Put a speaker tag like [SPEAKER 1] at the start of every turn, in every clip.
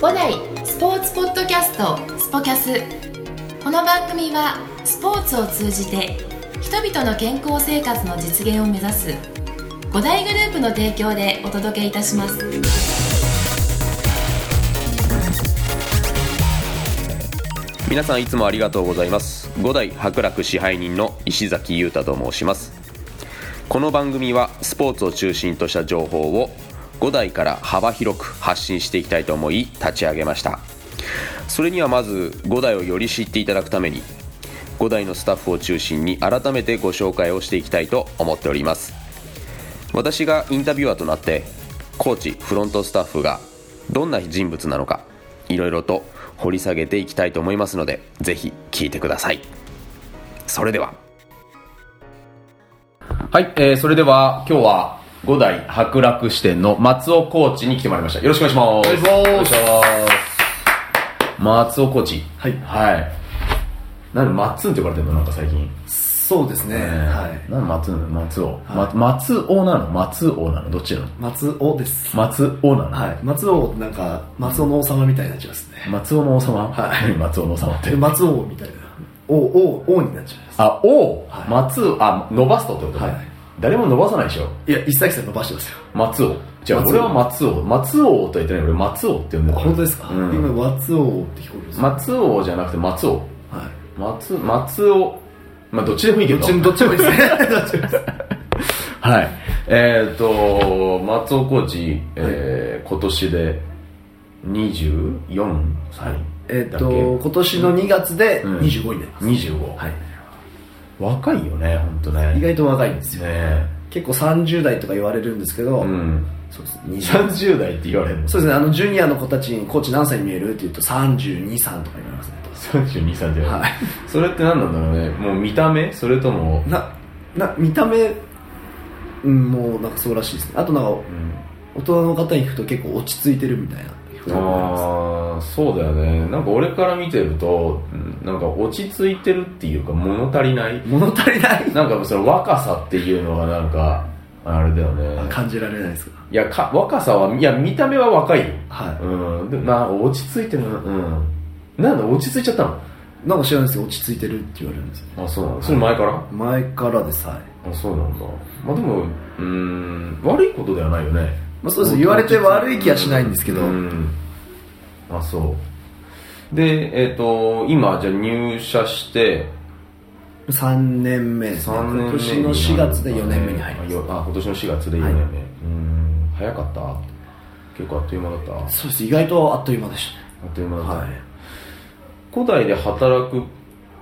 [SPEAKER 1] 五代スポーツポッドキャストスポキャスこの番組はスポーツを通じて人々の健康生活の実現を目指す五大グループの提供でお届けいたします
[SPEAKER 2] 皆さんいつもありがとうございます五代博楽支配人の石崎裕太と申しますこの番組はスポーツを中心とした情報を五代から幅広く発信していきたいと思い立ち上げましたそれにはまず五代をより知っていただくために五代のスタッフを中心に改めてご紹介をしていきたいと思っております私がインタビュアーとなってコーチフロントスタッフがどんな人物なのかいろいろと掘り下げていきたいと思いますのでぜひ聞いてくださいそれでははい、えーそれでは今日は五代博楽支店の松尾コーチに来てもらいましたよろしくお願いします
[SPEAKER 3] お願いします
[SPEAKER 2] 松尾コーチ
[SPEAKER 3] はい
[SPEAKER 2] はいなんで松って呼ばれてるのなんか最近
[SPEAKER 3] そうですね、はい
[SPEAKER 2] なんで松なの松尾、ま松尾なの松尾なのどっちなの
[SPEAKER 3] 松尾です、
[SPEAKER 2] 松尾なの、
[SPEAKER 3] はい、松尾ってなんか松尾の王様みたいになっちゃいますね
[SPEAKER 2] 松尾の王様、
[SPEAKER 3] はい
[SPEAKER 2] 何松尾の王様って
[SPEAKER 3] で松尾みたいな王王王になっちゃいます
[SPEAKER 2] あ、王、
[SPEAKER 3] はい
[SPEAKER 2] 松尾、あ、伸ばすとってことね、
[SPEAKER 3] はい
[SPEAKER 2] 誰も伸ばさないでしょ
[SPEAKER 3] いや石崎さん伸ばしてますよ
[SPEAKER 2] 松尾。じゃあ
[SPEAKER 3] 松尾
[SPEAKER 2] 俺は松尾。松尾とは言ってない俺松尾って呼んで
[SPEAKER 3] あ
[SPEAKER 2] る。
[SPEAKER 3] 本当ですか、
[SPEAKER 2] うん
[SPEAKER 3] 今松尾って聞こえるんですよ、
[SPEAKER 2] 松尾じゃなくて松尾。
[SPEAKER 3] は
[SPEAKER 2] 松、松尾。まあどっちでもいい
[SPEAKER 3] い、
[SPEAKER 2] け
[SPEAKER 3] ど
[SPEAKER 2] ど。
[SPEAKER 3] っちも どっちもいいですねどっちもいいです
[SPEAKER 2] はい。えっ、と、松尾コーチ、えー今年で24歳
[SPEAKER 3] えっ
[SPEAKER 2] だっけ
[SPEAKER 3] と今年の2月で
[SPEAKER 2] うん
[SPEAKER 3] 25になります、
[SPEAKER 2] 25、
[SPEAKER 3] はい、
[SPEAKER 2] 若いよね、本当ね。
[SPEAKER 3] 意外と若いんですよ、
[SPEAKER 2] ね
[SPEAKER 3] 結構30代とか言われるんですけど、
[SPEAKER 2] うん。
[SPEAKER 3] そうですね20
[SPEAKER 2] 30代って言われるの
[SPEAKER 3] そうですねあのジュニアの子たちにコーチ何歳に見えるって言うと323とか言われますね
[SPEAKER 2] 32歳で、
[SPEAKER 3] はい
[SPEAKER 2] それって何なんだろうねもう見た目それとも、
[SPEAKER 3] なな見た目うんもうなんかそうらしいですねあとなんか
[SPEAKER 2] うん、
[SPEAKER 3] 大人の方に聞くと結構落ち着いてるみたいな
[SPEAKER 2] ああそうだよねなんか俺から見てるとうんなんか落ち着いてるっていうか物足りない
[SPEAKER 3] 物足りない
[SPEAKER 2] なんかその若さっていうのがなんかあれだよね
[SPEAKER 3] 感じられないですか
[SPEAKER 2] いやか若さはいや見た目は若いよ
[SPEAKER 3] は
[SPEAKER 2] うんでもなんか落ち着いてるなうんなんだ落ち着いちゃったの
[SPEAKER 3] いなんか知らないですけど落ち着いてるって言われるんですよ
[SPEAKER 2] あそうなのそれ前から
[SPEAKER 3] 前からですはい、
[SPEAKER 2] あそうなんだまあでもうん悪いことではないよね
[SPEAKER 3] まあ、そうです言われて悪い気はしないんですけど、
[SPEAKER 2] うんあそうでえっ、と今じゃあ入社して
[SPEAKER 3] 3年目ですね
[SPEAKER 2] 3年目
[SPEAKER 3] 今年の4月で4年目に入り
[SPEAKER 2] あ
[SPEAKER 3] ま
[SPEAKER 2] よあ今年の4月で4年目、うん早かった結構あっという間だったあ
[SPEAKER 3] すそうです意外とあっという間でし
[SPEAKER 2] っという間
[SPEAKER 3] た
[SPEAKER 2] だっ
[SPEAKER 3] ね
[SPEAKER 2] た、
[SPEAKER 3] はい
[SPEAKER 2] 古代で働く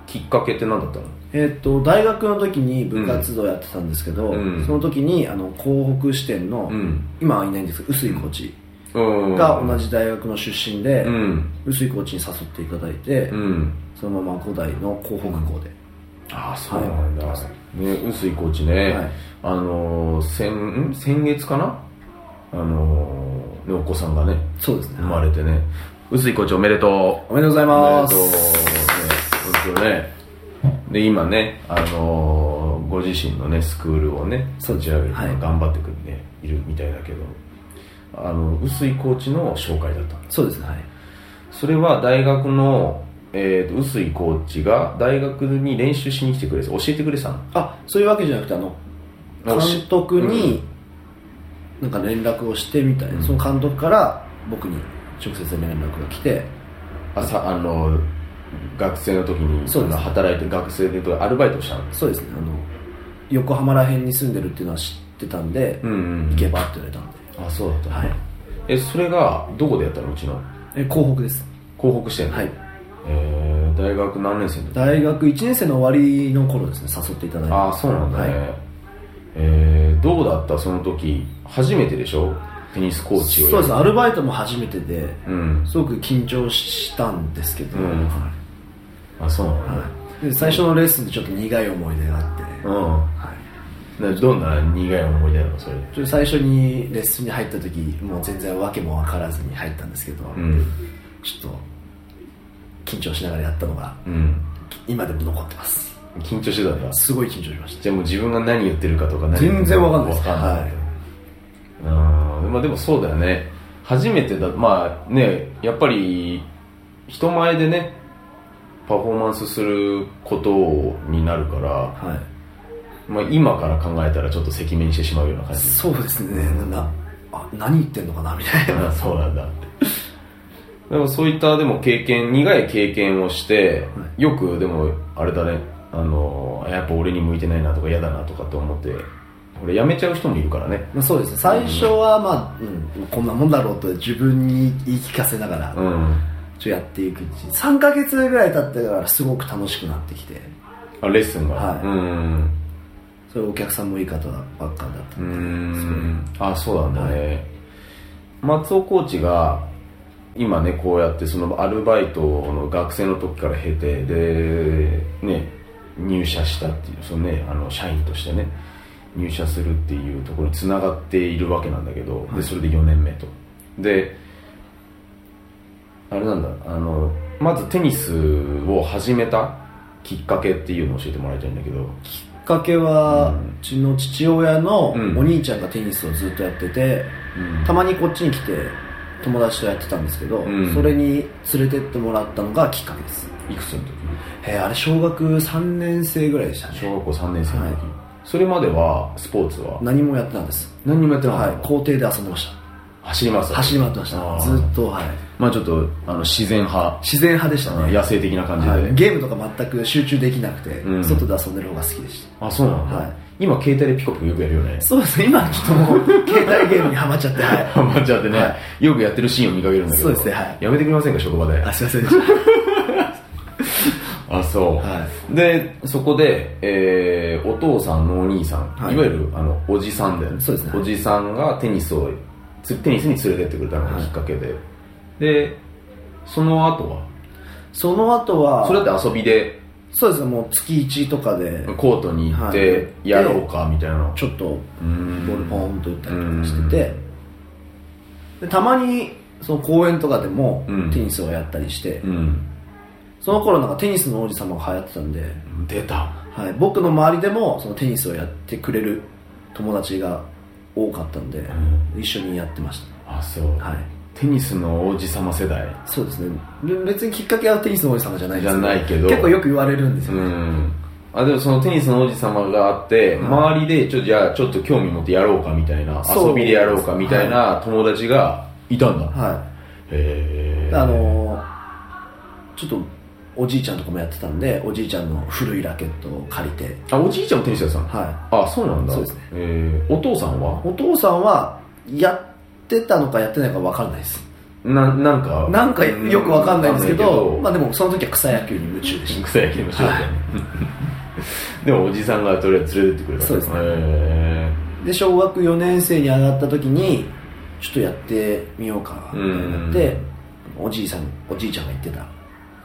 [SPEAKER 2] きっかけって何だったの
[SPEAKER 3] えっと大学の時に部活動やってたんですけど、
[SPEAKER 2] うん
[SPEAKER 3] その時にあの港北支店の、
[SPEAKER 2] ん
[SPEAKER 3] 今はいないんですけど臼井コーチ
[SPEAKER 2] うん
[SPEAKER 3] が同じ大学の出身で
[SPEAKER 2] うん
[SPEAKER 3] 臼井、コーチに誘っていただいて、
[SPEAKER 2] うん
[SPEAKER 3] そのまま五代の広北校で、
[SPEAKER 2] ああそうなんだ、ね臼井コーチね、
[SPEAKER 3] はい
[SPEAKER 2] あのー先ん先月かなあのーねお子さんがね
[SPEAKER 3] そうですね、
[SPEAKER 2] 生まれてね臼井コーチおめでとう
[SPEAKER 3] おめでとうござい
[SPEAKER 2] おめで
[SPEAKER 3] ま
[SPEAKER 2] すとうね本当ねで今ねあのーご自身のねスクールをね
[SPEAKER 3] そう
[SPEAKER 2] 立
[SPEAKER 3] で
[SPEAKER 2] ち上
[SPEAKER 3] す
[SPEAKER 2] げるの
[SPEAKER 3] はい
[SPEAKER 2] 頑張ってくるね、い、るみたいだけどあの臼井コーチの紹介だった
[SPEAKER 3] そうですねはい
[SPEAKER 2] それは大学のえーと臼井、コーチが大学に練習しに来てくれて教えてくれてたの
[SPEAKER 3] あそういうわけじゃなくてあの
[SPEAKER 2] あし
[SPEAKER 3] 監督になんか連絡をしてみたいな、
[SPEAKER 2] うん
[SPEAKER 3] その監督から僕に直接連絡が来て
[SPEAKER 2] あさあの学生の時に
[SPEAKER 3] そうです
[SPEAKER 2] あの働いてる学生でとアルバイトをしたの
[SPEAKER 3] そうですねあの横浜ら辺に住んでるっていうのは知ってたんで、
[SPEAKER 2] ん
[SPEAKER 3] 行けばって言われたんで
[SPEAKER 2] あそうだった
[SPEAKER 3] はい
[SPEAKER 2] えそれがどこでやったのうちの
[SPEAKER 3] え広北です
[SPEAKER 2] 広北支店
[SPEAKER 3] はい
[SPEAKER 2] えー、大学何年生の時
[SPEAKER 3] 大学1年生の終わりの頃ですね誘っていただいて
[SPEAKER 2] ああそうなんだね、
[SPEAKER 3] はい
[SPEAKER 2] えー、どうだったその時初めてでしょテニスコーチを
[SPEAKER 3] そうです
[SPEAKER 2] す
[SPEAKER 3] アルバイトも初めてで
[SPEAKER 2] うん
[SPEAKER 3] すごく緊張したんですけど、
[SPEAKER 2] うん
[SPEAKER 3] は
[SPEAKER 2] あそうなん
[SPEAKER 3] い
[SPEAKER 2] だ、
[SPEAKER 3] はいで最初のレッスンでちょっと苦い思い出があって、はい
[SPEAKER 2] うんなどんな苦い思い出なのそれで
[SPEAKER 3] ちょっと最初にレッスンに入った時もう全然訳も分からずに入ったんですけど、
[SPEAKER 2] うん
[SPEAKER 3] ちょっと緊張しながらやったのが
[SPEAKER 2] うん
[SPEAKER 3] 今でも残ってます
[SPEAKER 2] 緊張してたんだ
[SPEAKER 3] すごい緊張しまし
[SPEAKER 2] じゃあもう自分が何言ってるかとか何
[SPEAKER 3] 全然わかんないです
[SPEAKER 2] わかんない、あーまあでもそうだよね
[SPEAKER 4] 初めてだまあねやっぱり人前でねパフォーマンスすることになるから、
[SPEAKER 3] は
[SPEAKER 4] まあ、今から考えたらちょっと赤面してしまうような感
[SPEAKER 3] い、
[SPEAKER 4] じ
[SPEAKER 3] そうですねなあ何言ってんのかなみたいな
[SPEAKER 4] あそうなんだでもそういったでも経験苦い経験をして
[SPEAKER 3] は
[SPEAKER 4] よくでもあれだねあのやっぱ俺に向いてないなとか嫌だなとかって思ってこれやめちゃう人もいるからね
[SPEAKER 3] まあ、そうですね最初はまあ、うん、こんなもんだろうと自分に言い聞かせながら、
[SPEAKER 4] うん
[SPEAKER 3] ちょっとやっていくうち3ヶ月ぐらい経ってからすごく楽しくなってきて
[SPEAKER 4] あレッスンが、
[SPEAKER 3] はい
[SPEAKER 4] うん
[SPEAKER 3] それお客さんもいい方ばっかだった
[SPEAKER 4] うー
[SPEAKER 3] んで
[SPEAKER 4] んあそうなんだね、松尾コーチが今ねこうやってそのアルバイトの学生の時から経てでね入社したっていうそのねあの社員としてね入社するっていうところにつながっているわけなんだけど、でそれで4年目とであれなんだあのまずテニスを始めたきっかけっていうのを教えてもらいたいんだけど
[SPEAKER 3] きっかけは、
[SPEAKER 4] う
[SPEAKER 3] うんちの父親のお
[SPEAKER 4] うん
[SPEAKER 3] 兄ちゃんがテニスをずっとやってて、
[SPEAKER 4] うん
[SPEAKER 3] たまにこっちに来て友達とやってたんですけど、
[SPEAKER 4] うん
[SPEAKER 3] それに連れてってもらったのがきっかけです
[SPEAKER 4] いくつの時
[SPEAKER 3] えーあれ小学3年生ぐらいでしたね
[SPEAKER 4] 小学校3年生の時、
[SPEAKER 3] はい
[SPEAKER 4] それまではスポーツは
[SPEAKER 3] 何もやってないです、
[SPEAKER 4] 何にもやってなか
[SPEAKER 3] は
[SPEAKER 4] っ
[SPEAKER 3] い
[SPEAKER 4] た、の、
[SPEAKER 3] 校庭で遊んでまし
[SPEAKER 4] 走ります
[SPEAKER 3] た走り回ってまし
[SPEAKER 4] あ
[SPEAKER 3] た
[SPEAKER 4] ー
[SPEAKER 3] ずっと、はい、
[SPEAKER 4] まあちょっとあの自然派、
[SPEAKER 3] 自然派でしたね
[SPEAKER 4] 野生的な感じで、
[SPEAKER 3] はい、ゲームとか全く集中できなくて、
[SPEAKER 4] うん
[SPEAKER 3] 外で遊んでる方が好きでした
[SPEAKER 4] あそうなんだ、
[SPEAKER 3] はい
[SPEAKER 4] 今携帯でピコピコよくやるよね
[SPEAKER 3] そうですね今ちょっともう携帯ゲームにハマっちゃってはい
[SPEAKER 4] 頑張っちゃってね、
[SPEAKER 3] は
[SPEAKER 4] よくやってるシーンを見かけ るんだけど
[SPEAKER 3] そうですねはい
[SPEAKER 4] やめてくれませんか職場で
[SPEAKER 3] あすいませんでし
[SPEAKER 4] あそう、
[SPEAKER 3] た、はい、
[SPEAKER 4] でそこで、えーお父さんのお兄さん、
[SPEAKER 3] はい
[SPEAKER 4] い、わゆるあのおじさんだよね
[SPEAKER 3] そうですね
[SPEAKER 4] おじさんがテニスをつテニスに連れてってくれたのがきっかけで、でその後は
[SPEAKER 3] その後は
[SPEAKER 4] それだって遊びで
[SPEAKER 3] そうですねもう月1とかで
[SPEAKER 4] コートに行っ
[SPEAKER 3] は
[SPEAKER 4] て
[SPEAKER 3] い
[SPEAKER 4] やろうかみたいなの、
[SPEAKER 3] ちょっと
[SPEAKER 4] ボ
[SPEAKER 3] ボールポ
[SPEAKER 4] ン
[SPEAKER 3] ーンと打ったりとかしてて、でたまにその公園とかでも
[SPEAKER 4] うん
[SPEAKER 3] テニスをやったりして、
[SPEAKER 4] うん
[SPEAKER 3] その頃なんかテニスの王子様が流行ってたんで、
[SPEAKER 4] 出た
[SPEAKER 3] はい、僕の周りでもそのテニスをやってくれる友達が多かったんで、一緒にやってまし
[SPEAKER 4] あそう、
[SPEAKER 3] た、はい、
[SPEAKER 4] テニスの王子様世代
[SPEAKER 3] そうですねで別にきっかけはテニスの王子様じゃないです
[SPEAKER 4] じゃないけど
[SPEAKER 3] 結構よく言われるんですよ、
[SPEAKER 4] うんあでもそのテニスの王子様があって、周りでちょっとじゃあちょっと興味持ってやろうかみたいな
[SPEAKER 3] そう
[SPEAKER 4] 遊びでやろうかみたいな友達がいたんだ、
[SPEAKER 3] はい
[SPEAKER 4] へえ
[SPEAKER 3] あのーちょっとおじいちゃんとかもやってたんでおじいちゃんの古いラケットを借りて
[SPEAKER 4] あおじいちゃんもテニスやってたの
[SPEAKER 3] は
[SPEAKER 4] あそうなんだ
[SPEAKER 3] そうですね
[SPEAKER 4] えーお父さんはい
[SPEAKER 3] お父さんはやってたのかやってないか分かんないです
[SPEAKER 4] ななんか
[SPEAKER 3] なんかよく分かんないんですけ
[SPEAKER 4] わか
[SPEAKER 3] ど
[SPEAKER 4] んないけど
[SPEAKER 3] まあでもその時は草野球に夢中でし
[SPEAKER 4] 草野球の少女、 でもおじさんがとりあえず連れてってくれた
[SPEAKER 3] そうですね
[SPEAKER 4] へ
[SPEAKER 3] たで小学4年生に上がった時にちょっとやってみようかみたいになっておじいさんおじいちゃんが行ってた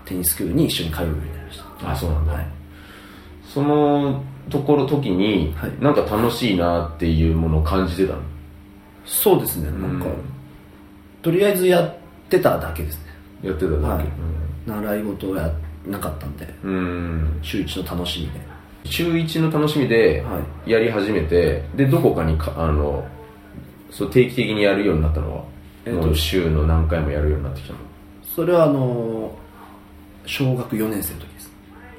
[SPEAKER 3] テニスクールに一緒に通うようになりまし
[SPEAKER 4] ーあそうなん
[SPEAKER 3] た
[SPEAKER 4] だ、
[SPEAKER 3] はい
[SPEAKER 4] そのところ時に、
[SPEAKER 3] はい
[SPEAKER 4] なんか楽しいなっていうものを感じてたの
[SPEAKER 3] そうですねなんかとりあえずやってただけですね
[SPEAKER 4] やってただけ、
[SPEAKER 3] はい習い事をやらなかったんで
[SPEAKER 4] うんうん
[SPEAKER 3] 週一の楽しみで
[SPEAKER 4] 中1の楽しみで
[SPEAKER 3] は
[SPEAKER 4] やり始めてでどこかにかあのそう定期的にやるようになったのは、
[SPEAKER 3] えっと
[SPEAKER 4] もう週の何回もやるようになってきたの
[SPEAKER 3] それはあのー小学4年生の時です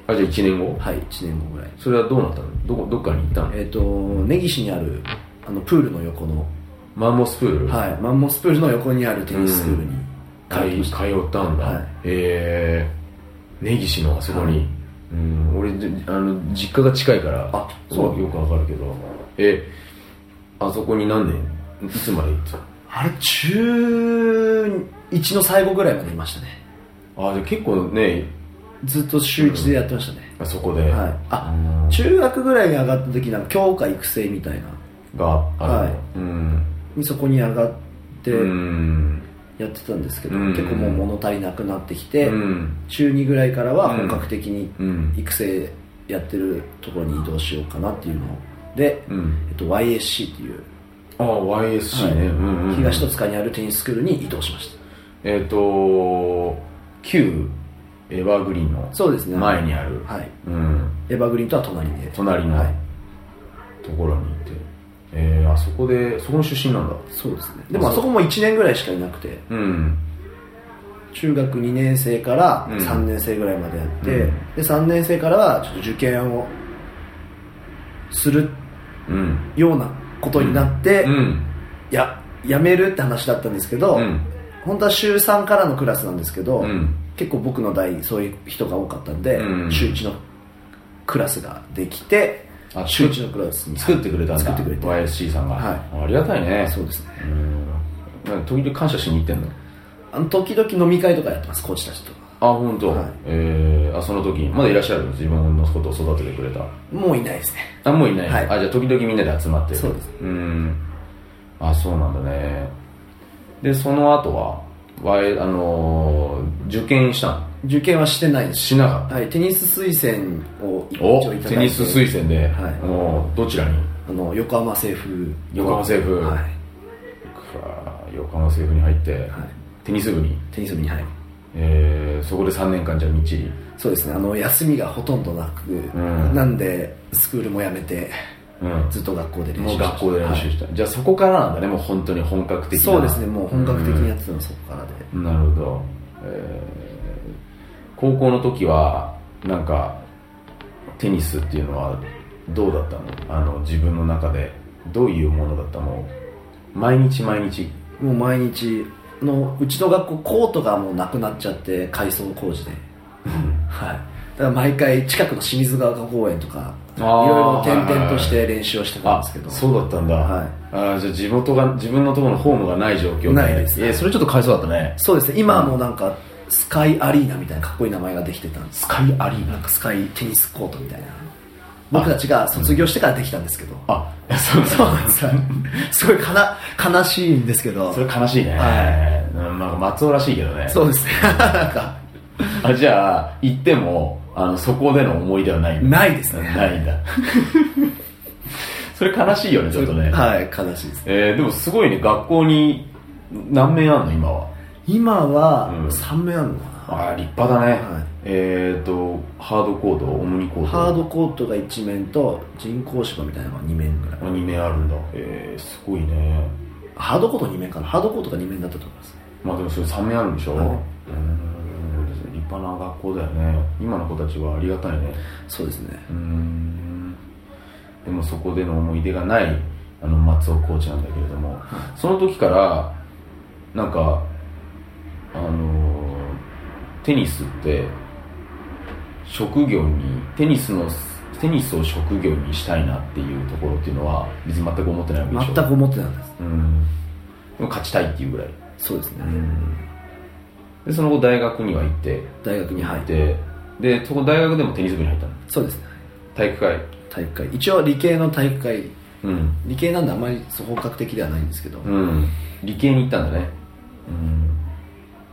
[SPEAKER 4] あじゃあ1年後、
[SPEAKER 3] はい1年後ぐらい
[SPEAKER 4] それはどうなったのどこどっかに行ったの
[SPEAKER 3] えっ、と根岸にあるあのプールの横の、
[SPEAKER 4] マンモスプール
[SPEAKER 3] はい、マンモスプールの横にあるテニススクールに
[SPEAKER 4] 通
[SPEAKER 3] 通いました、
[SPEAKER 4] ったんだ、
[SPEAKER 3] はい
[SPEAKER 4] ええ根岸のあそこに、
[SPEAKER 3] はい
[SPEAKER 4] うん俺じあの実家が近いから
[SPEAKER 3] あそう
[SPEAKER 4] よくわかるけどえあそこに何年いつまで行ってた
[SPEAKER 3] あれ中1の最後ぐらいまでいましたね
[SPEAKER 4] のあじゃあ結構ね
[SPEAKER 3] ずっと週1でやってましたね、
[SPEAKER 4] あそこで、
[SPEAKER 3] はいあ
[SPEAKER 4] あ
[SPEAKER 3] 中学ぐらいに上がった時なんか教科育成みたいな
[SPEAKER 4] があるの、
[SPEAKER 3] はい
[SPEAKER 4] うん
[SPEAKER 3] にそこに上がって
[SPEAKER 4] うん
[SPEAKER 3] やってたんですけど、
[SPEAKER 4] うん
[SPEAKER 3] 結構もう物足りなくなってきて、
[SPEAKER 4] うん
[SPEAKER 3] 中2ぐらいからは
[SPEAKER 4] うん
[SPEAKER 3] 本格的に
[SPEAKER 4] うん
[SPEAKER 3] 育成やってるところに移動しようかなっていうので、
[SPEAKER 4] うん
[SPEAKER 3] えっと、YSC っていう、
[SPEAKER 4] あ YSC ね、
[SPEAKER 3] はい
[SPEAKER 4] うんうん、
[SPEAKER 3] 東戸塚にあるテニススクールに移動しまし
[SPEAKER 4] えっ、と旧エヴァーグリーンの
[SPEAKER 3] たそうですね
[SPEAKER 4] 前にある、
[SPEAKER 3] はい
[SPEAKER 4] うん
[SPEAKER 3] エバーグリーンとは隣で
[SPEAKER 4] 隣の
[SPEAKER 3] はい
[SPEAKER 4] ところにいて、えー、あそこでそこの出身なんだ
[SPEAKER 3] そうですねでもあそこも1年ぐらいしかいなくて
[SPEAKER 4] うん
[SPEAKER 3] 中学2年生から
[SPEAKER 4] うん
[SPEAKER 3] 3年生ぐらいまでやって、
[SPEAKER 4] うん
[SPEAKER 3] で3年生からはちょっと受験をする
[SPEAKER 4] うん
[SPEAKER 3] ようなことになって、
[SPEAKER 4] うん
[SPEAKER 3] ややめるって話だったんですけど、
[SPEAKER 4] うん
[SPEAKER 3] 本当は週3からのクラスなんですけど、
[SPEAKER 4] うん
[SPEAKER 3] 結構僕の代そういう人が多かったんで、
[SPEAKER 4] うん
[SPEAKER 3] 週1のクラスができて
[SPEAKER 4] あ
[SPEAKER 3] 週1のクラスに
[SPEAKER 4] 作ってくれたんだ
[SPEAKER 3] 作ってくれて
[SPEAKER 4] YSC さんが、
[SPEAKER 3] は
[SPEAKER 4] ありがたいね
[SPEAKER 3] そうですね
[SPEAKER 4] うんなんか時々感謝しに行ってんの
[SPEAKER 3] あの時々飲み会とかやってますコーチたちと
[SPEAKER 4] あ本当、
[SPEAKER 3] はい
[SPEAKER 4] えー、あその時にまだいらっしゃるの自分のことを育ててくれた
[SPEAKER 3] もういないですね
[SPEAKER 4] あもういない、
[SPEAKER 3] はい
[SPEAKER 4] あじゃあ時々みんなで集まって
[SPEAKER 3] そうです
[SPEAKER 4] んあそうなんだねでその後はわいあのー受験したの
[SPEAKER 3] 受験はしてないです
[SPEAKER 4] しなかっ
[SPEAKER 3] はい、テニス推薦を
[SPEAKER 4] たお
[SPEAKER 3] 一応いただいて
[SPEAKER 4] テニス推薦で、
[SPEAKER 3] はい
[SPEAKER 4] もうどちらに
[SPEAKER 3] あの横浜政府
[SPEAKER 4] 横浜政府
[SPEAKER 3] はい、は
[SPEAKER 4] くわ横浜政府に入って、
[SPEAKER 3] い、
[SPEAKER 4] テニス部に、
[SPEAKER 3] テニス部に入る
[SPEAKER 4] えー、そこで3年間じゃあみっちり
[SPEAKER 3] そうですねあの休みがほとんどなく、
[SPEAKER 4] ん
[SPEAKER 3] なんでスクールもやめて
[SPEAKER 4] うん
[SPEAKER 3] ずっと学校で練習
[SPEAKER 4] もう
[SPEAKER 3] してました
[SPEAKER 4] 学校で練習した、じゃあそこからなんだねもう本当に本格的な
[SPEAKER 3] そうですねもう本格的
[SPEAKER 4] うん
[SPEAKER 3] にやってたのはそこからで、
[SPEAKER 4] なるほど、えー高校の時はなんかテニスっていうのはどうだったのあの自分の中でどういうものだったの毎日毎日
[SPEAKER 3] もう毎日あのうちの学校コートがもうなくなっちゃって改装工事ではいだから毎回近くの清水ヶ丘公園とかい
[SPEAKER 4] あ
[SPEAKER 3] ろ
[SPEAKER 4] ー
[SPEAKER 3] いろ転々として練習をしてたん
[SPEAKER 4] あ
[SPEAKER 3] ですけど
[SPEAKER 4] そうだったんだ、
[SPEAKER 3] はい
[SPEAKER 4] あーじゃあ地元が自分のところのホームがない状況で
[SPEAKER 3] ないです
[SPEAKER 4] えーそれちょっとかわいそうだったね
[SPEAKER 3] そうですね今はもうなんかスカイアリーナみたいなかっこいい名前ができてたんです
[SPEAKER 4] スカイアリー
[SPEAKER 3] なん
[SPEAKER 4] ナ
[SPEAKER 3] かスカイテニスコートみたいな僕たちが卒業してからできたんですけど
[SPEAKER 4] あそう
[SPEAKER 3] そ
[SPEAKER 4] そう
[SPEAKER 3] なんですよすごいかな悲しいんですけど
[SPEAKER 4] それ悲しいね、
[SPEAKER 3] は
[SPEAKER 4] うんまあ、松尾らしいけどね
[SPEAKER 3] そうですね なんか
[SPEAKER 4] あじゃあ行ってもあのそこでの思い出はないんだ
[SPEAKER 3] ないですね
[SPEAKER 4] ないんだそれ悲しいよねちょっとね、
[SPEAKER 3] はい悲しいです
[SPEAKER 4] えーでもすごいね学校に何名あんの今は
[SPEAKER 3] 今は
[SPEAKER 4] うん
[SPEAKER 3] 3名あるのかな、
[SPEAKER 4] あー立派だね、
[SPEAKER 3] はい
[SPEAKER 4] えっ、とハードコートオムニコート
[SPEAKER 3] ハードコートが1面と人工芝みたいなのが2面ぐらい
[SPEAKER 4] 2名あるんだえー、すごいね
[SPEAKER 3] ハードコート2面かなハードコートが2面だったと思います
[SPEAKER 4] まあでもそれ3名あるんでしょ、
[SPEAKER 3] はいう
[SPEAKER 4] ーん立派な学校だよね今の子たちはありがたいね
[SPEAKER 3] そうですね
[SPEAKER 4] うーんでもそこでの思い出がないあの松尾コーチなんだけれども、その時からなんかあのーテニスって職業にテニスのテニスを職業にしたいなっていうところっていうのは別に全く思ってないわけでし
[SPEAKER 3] 全
[SPEAKER 4] ょ
[SPEAKER 3] く思ってないです
[SPEAKER 4] うんでも勝ちたいっていうぐらい、
[SPEAKER 3] そうですね、
[SPEAKER 4] でその後大学には行って
[SPEAKER 3] 大学に入って
[SPEAKER 4] ででそこ大学でもテニス部に入ったの
[SPEAKER 3] そうですね
[SPEAKER 4] 体育会
[SPEAKER 3] 体育会一応理系の体育会
[SPEAKER 4] うん
[SPEAKER 3] 理系なんであまりそう本格的ではないんですけど、
[SPEAKER 4] うん理系に行ったんだね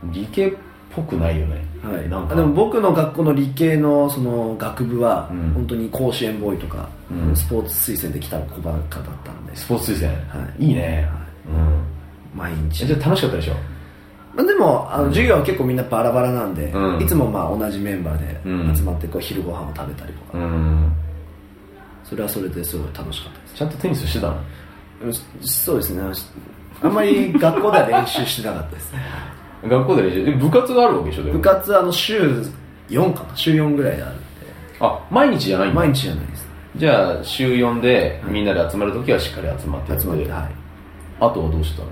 [SPEAKER 4] うん理系っぽくないよね
[SPEAKER 3] はい、
[SPEAKER 4] なんか
[SPEAKER 3] でも僕の学校の理系のその学部は、
[SPEAKER 4] うん
[SPEAKER 3] 本当に甲子園ボーイとか、
[SPEAKER 4] うん
[SPEAKER 3] スポーツ推薦で来た子ばっかだったんで
[SPEAKER 4] スポーツ推薦、
[SPEAKER 3] はい
[SPEAKER 4] いいね、うん
[SPEAKER 3] 毎
[SPEAKER 4] え
[SPEAKER 3] 日
[SPEAKER 4] じゃあ楽しかったでしょ
[SPEAKER 3] まあ、でもあの授業は結構みんなバラバラなんで、
[SPEAKER 4] うん
[SPEAKER 3] いつもまあ同じメンバー
[SPEAKER 4] うん
[SPEAKER 3] で集まってこう昼ご飯を食べたりとか、
[SPEAKER 4] ん
[SPEAKER 3] それはそれですごい楽しかったです
[SPEAKER 4] ちゃんとテニスしてたの
[SPEAKER 3] うんそそうですね あんまり学校では練習してなかったですね
[SPEAKER 4] 学校で練習え部活があるわけでしょでも
[SPEAKER 3] 部活はあの週4かな週4ぐらいあるんで
[SPEAKER 4] あ毎日じゃないんだ
[SPEAKER 3] 毎日じゃないです
[SPEAKER 4] じゃあ週4でみんなで集まるときはしっかり集まってや
[SPEAKER 3] 集まってはい
[SPEAKER 4] あとはどうして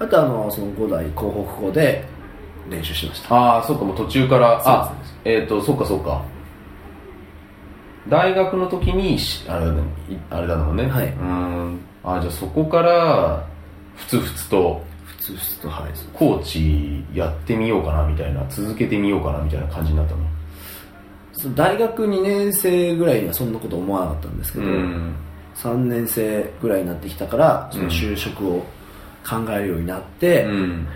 [SPEAKER 3] あとあのその五代広北校で練習しました
[SPEAKER 4] たのああそうかもう途中からあ
[SPEAKER 3] そうですそ
[SPEAKER 4] えっ、とそっかそっか大学の時にしあれだねいあれだもんね
[SPEAKER 3] はいう
[SPEAKER 4] ーんあじゃあそこからふつふつと
[SPEAKER 3] 普通普通とはいそう
[SPEAKER 4] コーチやってみようかなみたいな続けてみようかなみたいな感じになったの
[SPEAKER 3] その大学2年生ぐらいにはそんなこと思わなかったんですけど、
[SPEAKER 4] ん
[SPEAKER 3] 3年生ぐらいになってきたからその就職を考えるようになって、
[SPEAKER 4] うん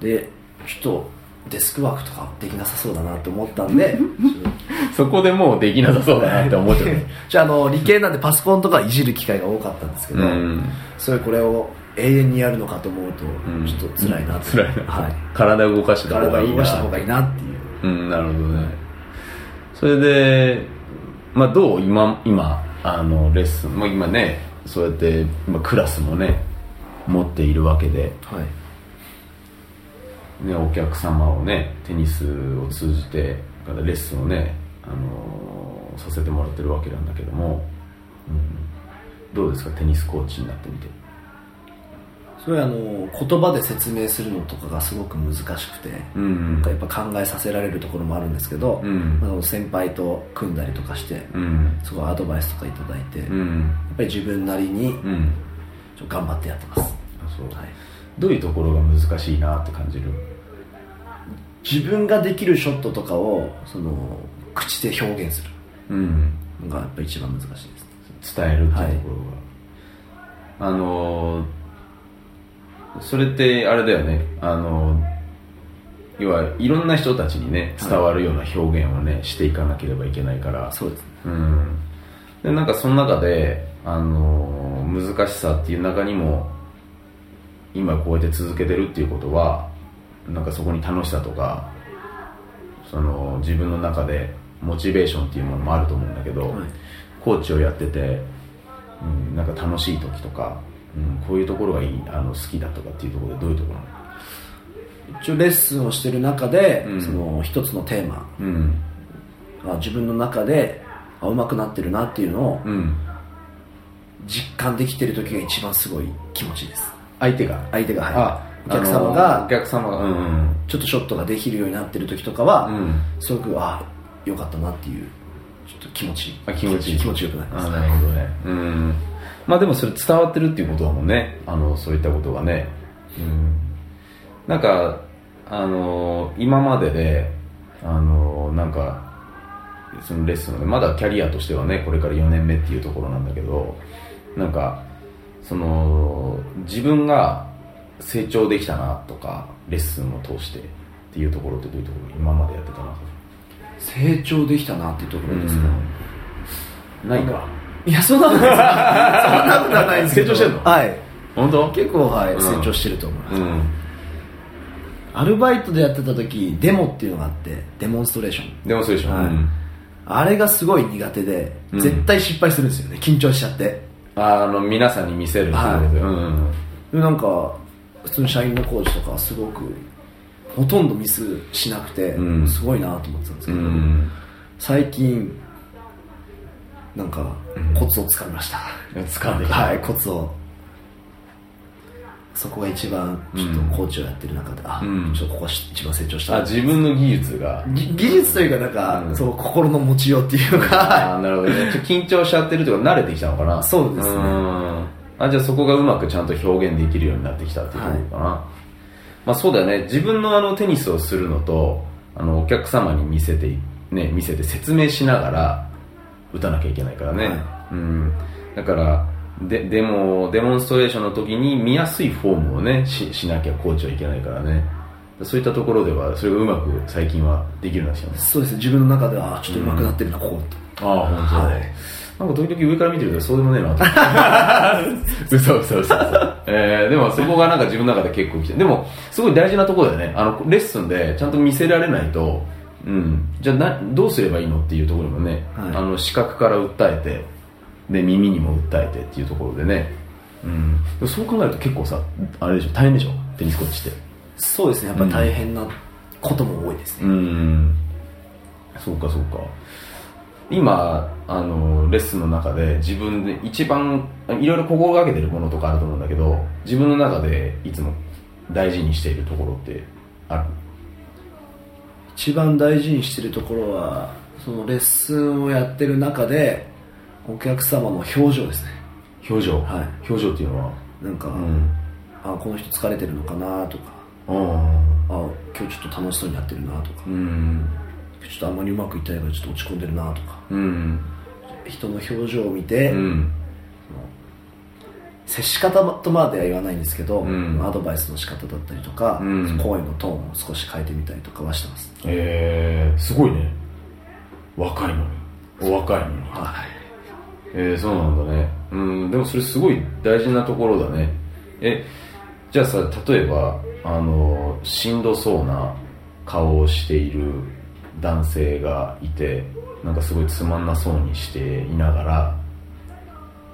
[SPEAKER 3] でちょっとデスクワークとかできなさそうだなって思ったんでちょっと
[SPEAKER 4] そこでもうできなさ そうだなって思っちゃ う
[SPEAKER 3] じゃああの理系なんでパソコンとかいじる機会が多かったんですけど、
[SPEAKER 4] うん
[SPEAKER 3] それこれを永遠にやるのかと思うと
[SPEAKER 4] うん
[SPEAKER 3] ちょっと辛いなと、
[SPEAKER 4] 辛いな
[SPEAKER 3] はい、
[SPEAKER 4] 体動かしてた方が
[SPEAKER 3] 体
[SPEAKER 4] い
[SPEAKER 3] を
[SPEAKER 4] い
[SPEAKER 3] 動か
[SPEAKER 4] な
[SPEAKER 3] した方がいいなっていう
[SPEAKER 4] うんなるほどねそれでまあどう今今あのレッスンもう今ねそうやって、まあ、クラスもね持っているわけで、
[SPEAKER 3] はい
[SPEAKER 4] ね、お客様をねテニスを通じてレッスンをね、あのーさせてもらってるわけなんだけども、うん、どうですかテニスコーチになってみて
[SPEAKER 3] それはあの言葉で説明するのとかがすごく難しくて、
[SPEAKER 4] うん
[SPEAKER 3] なんかやっぱ考えさせられるところもあるんですけど、
[SPEAKER 4] うん
[SPEAKER 3] あの先輩と組んだりとかして、
[SPEAKER 4] うん
[SPEAKER 3] すごいアドバイスとかいただいて、
[SPEAKER 4] う
[SPEAKER 3] やっ
[SPEAKER 4] ん
[SPEAKER 3] ぱり自分なりに
[SPEAKER 4] うん
[SPEAKER 3] ちょっと頑張ってやってます、
[SPEAKER 4] あそう、
[SPEAKER 3] はい、
[SPEAKER 4] どういうところが難しいなって感じる
[SPEAKER 3] 自分ができるショットとかをその口で表現する
[SPEAKER 4] うん
[SPEAKER 3] のがやっぱり一番難しいですね
[SPEAKER 4] 伝えるっていうところが、あのーそれってあれだよねあのー要はいろんな人たちにね伝わるような表現をね、していかなければいけないから
[SPEAKER 3] そうですね
[SPEAKER 4] うんでなんかその中で、あのー難しさっていう中にも今こうやって続けてるっていうことはなんかそこに楽しさとかその自分の中でモチベーションっていうものもあると思うんだけど、
[SPEAKER 3] はい
[SPEAKER 4] コーチをやってて、うん、なんか楽しい時とか、うん、こういうところがいいあの好きだとかっていうところでどういうところなの
[SPEAKER 3] 一応レッスンをしてる中で、
[SPEAKER 4] うん
[SPEAKER 3] その一つのテーマ
[SPEAKER 4] うん
[SPEAKER 3] が自分の中であ上手くなってるなっていうのを
[SPEAKER 4] うん
[SPEAKER 3] 実感できてる時が一番すごい気持ちいいです
[SPEAKER 4] 相手が
[SPEAKER 3] 相手が、はい、
[SPEAKER 4] あ
[SPEAKER 3] お客
[SPEAKER 4] あの
[SPEAKER 3] 様
[SPEAKER 4] ー
[SPEAKER 3] が
[SPEAKER 4] お客様がうんうん
[SPEAKER 3] ちょっとショットができるようになってる時とか
[SPEAKER 4] う
[SPEAKER 3] は、
[SPEAKER 4] ん
[SPEAKER 3] すごくああよかったなっていうちょっと気持ちいい
[SPEAKER 4] あ気持ちいい
[SPEAKER 3] 気持ちよくなります
[SPEAKER 4] あなるほどねうんまあでもそれ伝わってるっていうことだもんねあのそういったことがねうんなんかあの今までであのなんかそのレッスンのまだキャリアとしてはねこれから4年目っていうところなんだけどなんかその自分が成長できたなとかレッスンを通してっていうところってどういうところ今までやってたな
[SPEAKER 3] 成長できたなっていうところですか、
[SPEAKER 4] ないか
[SPEAKER 3] いやそんなことないですそんなことはないですけど
[SPEAKER 4] 成長してんの
[SPEAKER 3] はい
[SPEAKER 4] 本当
[SPEAKER 3] 結構はい、
[SPEAKER 4] うん
[SPEAKER 3] 成長してると思います、
[SPEAKER 4] うん
[SPEAKER 3] アルバイトでやってた時デモっていうのがあってデモンストレーション
[SPEAKER 4] デモンストレーション、
[SPEAKER 3] はいあれがすごい苦手で、
[SPEAKER 4] うん
[SPEAKER 3] 絶対失敗するんですよね緊張しちゃって
[SPEAKER 4] あの皆さんに見せるっていうことで、うんうん
[SPEAKER 3] でなんか普通の社員のコーチとかはすごくほとんどミスしなくて、
[SPEAKER 4] うん
[SPEAKER 3] すごいなと思ってたんです
[SPEAKER 4] う
[SPEAKER 3] けど、
[SPEAKER 4] ん
[SPEAKER 3] 最近なんかコツをつかみました、
[SPEAKER 4] 掴んできた、
[SPEAKER 3] はいコツをそこが一番ちょっ
[SPEAKER 4] うん
[SPEAKER 3] とコーチをやってる中で、あ
[SPEAKER 4] うん
[SPEAKER 3] ちょっとここは一番成長した
[SPEAKER 4] あ
[SPEAKER 3] な
[SPEAKER 4] 自分の技術が
[SPEAKER 3] ぎ技術というかなんか、
[SPEAKER 4] うん
[SPEAKER 3] そう心の持ちようっていうか、
[SPEAKER 4] あーなるほどねちょっと緊張しちゃってるというか慣れてきたのかな
[SPEAKER 3] そうですね
[SPEAKER 4] んあじゃあそこがうまくちゃんと表現できるようになってきたっていうところかな、まあそうだよね自分のあのテニスをするのとあのお客様に見せてね見せて説明しながら打たなきゃいけないからね、
[SPEAKER 3] はい
[SPEAKER 4] うんだからでデモデモンストレーションの時に見やすいフォームをねししなきゃコーチはいけないからねそういったところではそれがうまく最近はできるようになってきたんです
[SPEAKER 3] そうですね自分の中ではあちょっと上手くなってるな、ここと
[SPEAKER 4] ああ本当。
[SPEAKER 3] はい
[SPEAKER 4] なんか時々上から見てるけどそうでもねえなと思って。 嘘嘘嘘嘘。えー、でもそこがなんか自分の中で結構来て。でも、すごい大事なところだよね。あの、レッスンでちゃんと見せられないと、うん。じゃあな、どうすればいいのっていうところもね、
[SPEAKER 3] はい
[SPEAKER 4] あの、視覚から訴えて、で、耳にも訴えてっていうところでね。うん。でもそう考えると結構さ、あれでしょ、大変でしょテニスコーチって。
[SPEAKER 3] そうですねやっぱ大変なことも多いですね、
[SPEAKER 4] うんそうかそうか今あのレッスンの中で自分で一番いろいろ心がけてるものとかあると思うんだけど自分の中でいつも大事にしているところってあ
[SPEAKER 3] 一番大事にしてるところはそのレッスンをやってる中でお客様の表情ですね
[SPEAKER 4] る表情、
[SPEAKER 3] はい
[SPEAKER 4] 表情っていうのは
[SPEAKER 3] なんか、
[SPEAKER 4] うん
[SPEAKER 3] あこの人疲れてるのかなとか
[SPEAKER 4] う
[SPEAKER 3] あ今日ちょっと楽しそうにやってるなとか、
[SPEAKER 4] ん
[SPEAKER 3] 今日ちょっとあんまりうまくいってないからちょっと落ち込んでるなとか
[SPEAKER 4] うん
[SPEAKER 3] 人の表情を見て、
[SPEAKER 4] うん
[SPEAKER 3] 接し方とまでは言わないんですけど、
[SPEAKER 4] うん
[SPEAKER 3] アドバイスの仕方だったりとか、
[SPEAKER 4] うん
[SPEAKER 3] 声のトーンを少し変えてみたりとかはしてます
[SPEAKER 4] えー、すごいね若いのにお若いのに
[SPEAKER 3] はい
[SPEAKER 4] えー、そうなんだねうんでもそれすごい大事なところだねえじゃあさ例えばあのしんどそうな顔をしている男性がいてなんかすごいつまんなそうにしていながら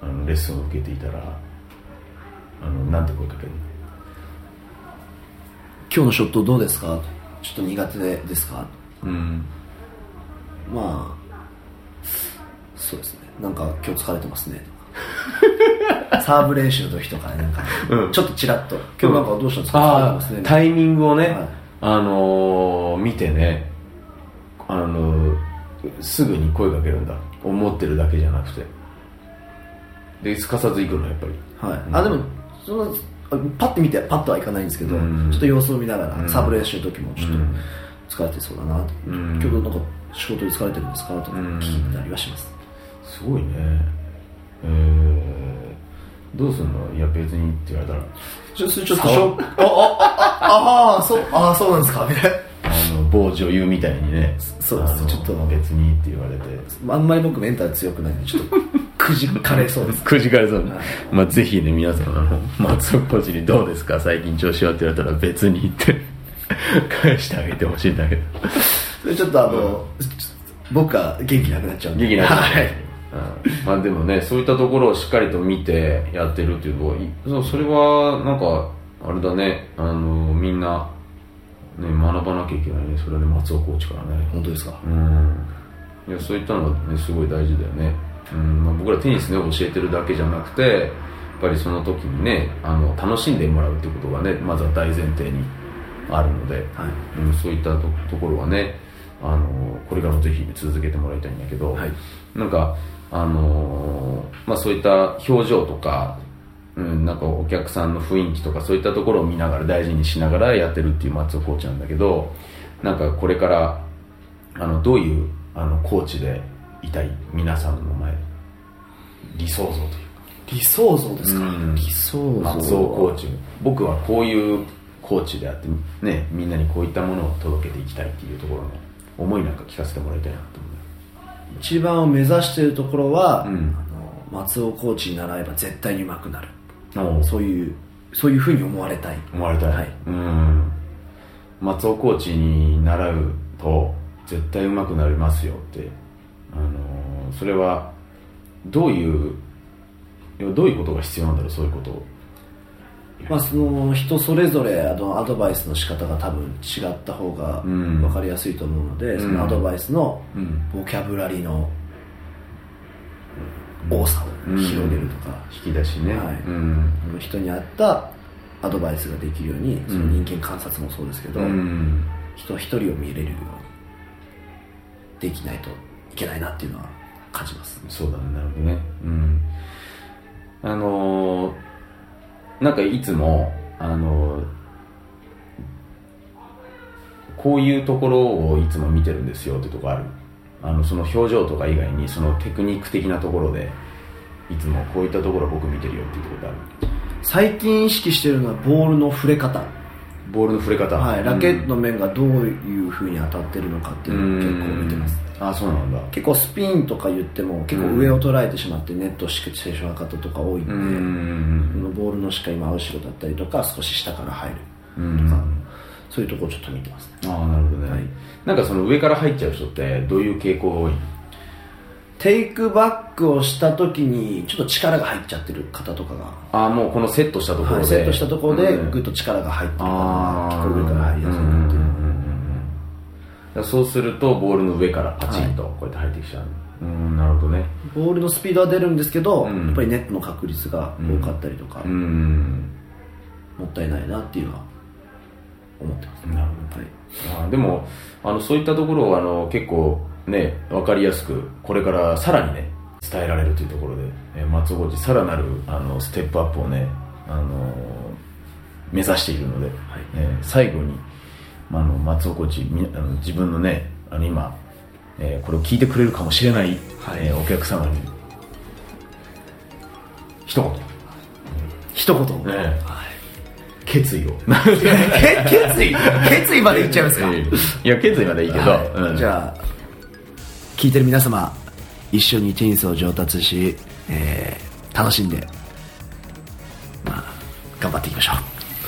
[SPEAKER 4] あのレッスンを受けていたらあのなんて声かけるの
[SPEAKER 3] 今日のショットどうですかちょっと苦手ですか
[SPEAKER 4] うん
[SPEAKER 3] まあそうですねなんか今日疲れて ますねとかサーブ練習の時とかねなんか、
[SPEAKER 4] うん
[SPEAKER 3] ちょっとちらっと今日なんかどうしたんですか疲れて
[SPEAKER 4] あ
[SPEAKER 3] ますね
[SPEAKER 4] あタイミングをね、
[SPEAKER 3] はい
[SPEAKER 4] あのー見てねあのーすぐに声かけるんだ思ってるだけじゃなくてですかさず行くのやっぱり
[SPEAKER 3] はい
[SPEAKER 4] うん
[SPEAKER 3] あでもそのあパッて見てパッとはいかないんですけど、
[SPEAKER 4] うん
[SPEAKER 3] ちょっと様子を見ながら、
[SPEAKER 4] うん
[SPEAKER 3] サーブ練習の時もちょっと
[SPEAKER 4] うん
[SPEAKER 3] 疲れてそうだなと、
[SPEAKER 4] うん
[SPEAKER 3] 今日なんか仕事で疲れてるんですかとか聞きになりはします、
[SPEAKER 4] すごいねえーどうすんのいや別にって言われたら
[SPEAKER 3] ちょそれちょっとしょあああああそうああそうなんですかみたいな
[SPEAKER 4] あの某女優みたいにね
[SPEAKER 3] そうです
[SPEAKER 4] あの
[SPEAKER 3] ちょっと
[SPEAKER 4] 別にって言われて
[SPEAKER 3] あんまり僕メンタル強くないんでちょっとくじかれそうです
[SPEAKER 4] くじかれそうな、まあ、ぜひね皆さんあの松尾コーチに「どうですか最近調子は?」って言われたら「別に」って 返してあげてほしいんだけど
[SPEAKER 3] それちょっとあの、ちょ僕が元気なくなっちゃうんで
[SPEAKER 4] 元気な
[SPEAKER 3] は
[SPEAKER 4] はい
[SPEAKER 3] い、
[SPEAKER 4] まあでもねそういったところをしっかりと見てやってるっていうのはいそうそれはなんかあれだねあのみんな、ね、学ばなきゃいけないねそれはね松尾コーチからね
[SPEAKER 3] 本当ですか
[SPEAKER 4] うんいやそういったのが、ね、すごい大事だよね、うんまあ、僕らテニスね教えてるだけじゃなくてやっぱりその時にねあの楽しんでもらうってことがねまずは大前提にあるので、
[SPEAKER 3] はい
[SPEAKER 4] うん、そういったとところはねあのこれからもぜひ続けてもらいたいんだけど、
[SPEAKER 3] はい
[SPEAKER 4] なんか、あのーまあ、そういった表情とか、うん、なんかお客さんの雰囲気とかそういったところを見ながら大事にしながらやってるっていう松尾コーチなんだけどなんかこれからあのどういうあのコーチでいたい皆さんの前理想像というか
[SPEAKER 3] 理想像ですか、
[SPEAKER 4] うん
[SPEAKER 3] 理想像
[SPEAKER 4] 松尾コーチ僕はこういうコーチであって、ね、みんなにこういったものを届けていきたいっていうところの思いなんか聞かせてもらいたいなと思う
[SPEAKER 3] 一番を目指しているところは、
[SPEAKER 4] うん
[SPEAKER 3] あの松尾コーチに習えば絶対にうまくなる
[SPEAKER 4] おう
[SPEAKER 3] そういうそういうふうに思われたい
[SPEAKER 4] 思われたい、
[SPEAKER 3] はい
[SPEAKER 4] うん松尾コーチに習うと絶対上手くなりますよって、あのーそれはどういう要はどういうことが必要なんだろうそういうことを
[SPEAKER 3] まあ、その人それぞれあのアドバイスの仕方が多分違った方が
[SPEAKER 4] うん
[SPEAKER 3] 分かりやすいと思うので、
[SPEAKER 4] ん
[SPEAKER 3] そのアドバイスの
[SPEAKER 4] うん
[SPEAKER 3] ボキャブラリーの多さを広げるとか、
[SPEAKER 4] 引き出しね、
[SPEAKER 3] はい
[SPEAKER 4] うん
[SPEAKER 3] あの人に合ったアドバイスができるようにその人間観察もそうですけど、
[SPEAKER 4] うん
[SPEAKER 3] 人一人を見入れるようにできないといけないなっていうのは感じます
[SPEAKER 4] そうだねなるほどねうんあのーなんかいつもあのーこういうところをいつも見てるんですよってとこあるあのその表情とか以外にそのテクニック的なところでいつもこういったところ僕見てるよっていうところある
[SPEAKER 3] 最近意識してるのはボールの触れ方
[SPEAKER 4] ボールの触れ方
[SPEAKER 3] はい、ラケットの
[SPEAKER 4] っ
[SPEAKER 3] 面がどういうふうに当たってるのかっていうのを結構見てます
[SPEAKER 4] あそうなんだ
[SPEAKER 3] 結構スピンとか言っても結構上を捉えてしまってネットしてしまう方とか多いんで、
[SPEAKER 4] うん
[SPEAKER 3] このボールのしか今後ろだったりとか少し下から入る
[SPEAKER 4] うん
[SPEAKER 3] そういうところをちょっと見てますね
[SPEAKER 4] ああなるほどね、
[SPEAKER 3] はい
[SPEAKER 4] なんかその上から入っちゃう人ってどういう傾向が多い
[SPEAKER 3] テイクバックをした時にちょっと力が入っちゃってる方とかが、
[SPEAKER 4] ああもうこのセットしたところで、
[SPEAKER 3] はいセットしたところで
[SPEAKER 4] うん
[SPEAKER 3] グッと力が入ってる方
[SPEAKER 4] あ
[SPEAKER 3] が
[SPEAKER 4] あ
[SPEAKER 3] 結構上から入りやすいなっていう
[SPEAKER 4] うんうんうんうんうんだからそうするとボールの上からパチンとこうやって入ってきちゃう、うんなるほどね
[SPEAKER 3] ボールのスピードは出るんですけど、
[SPEAKER 4] うん
[SPEAKER 3] やっぱりネットの確率が多かったりとか、
[SPEAKER 4] うん
[SPEAKER 3] もったいないなっていうのは思ってます、
[SPEAKER 4] なるほど
[SPEAKER 3] はい
[SPEAKER 4] あーでもあのそういったところをあの結構ね分かりやすくこれからさらにね伝えられるというところで、えー松尾コーチさらなるあのステップアップをね、あのー目指しているので、えー最後に、まあ、あの松尾コーチみあの自分のねあの今、えーこれを聞いてくれるかもしれない、えーお客様に一言、
[SPEAKER 3] 一言、
[SPEAKER 4] ね 決意を
[SPEAKER 3] け決意決意まで言っちゃいますか、
[SPEAKER 4] いや決意までいいけど、
[SPEAKER 3] はい
[SPEAKER 4] うん
[SPEAKER 3] じゃあ聞いてる皆様一緒にテニスを上達し、えー楽しんでまあ頑張っていきましょ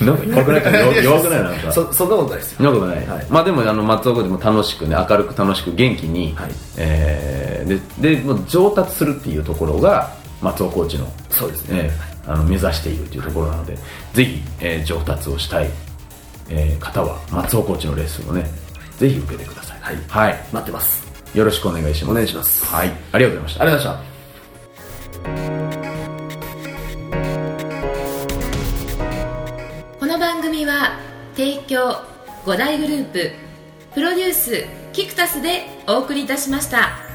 [SPEAKER 4] なんか弱くない か弱弱くないなん
[SPEAKER 3] う
[SPEAKER 4] か。
[SPEAKER 3] そそんなことないです
[SPEAKER 4] そんなことない。
[SPEAKER 3] はい
[SPEAKER 4] まあでも、あの、松尾君でも楽しくね、明るく楽しく元気に、
[SPEAKER 3] はい
[SPEAKER 4] えーで、で、もう上達するっていうところが、松尾コーチの
[SPEAKER 3] そうですね
[SPEAKER 4] えーあの目指しているというところなので、ぜひ、えー上達をしたい、えー方は松尾コーチのレッスンをねぜひ受けてください、はい
[SPEAKER 3] 待ってます
[SPEAKER 4] よろしくお願いします
[SPEAKER 3] お願いします
[SPEAKER 4] はい、ありがとうございました
[SPEAKER 3] ありがとうございました
[SPEAKER 1] この番組は提供五大グループプロデュースキクタスでお送りいたしました。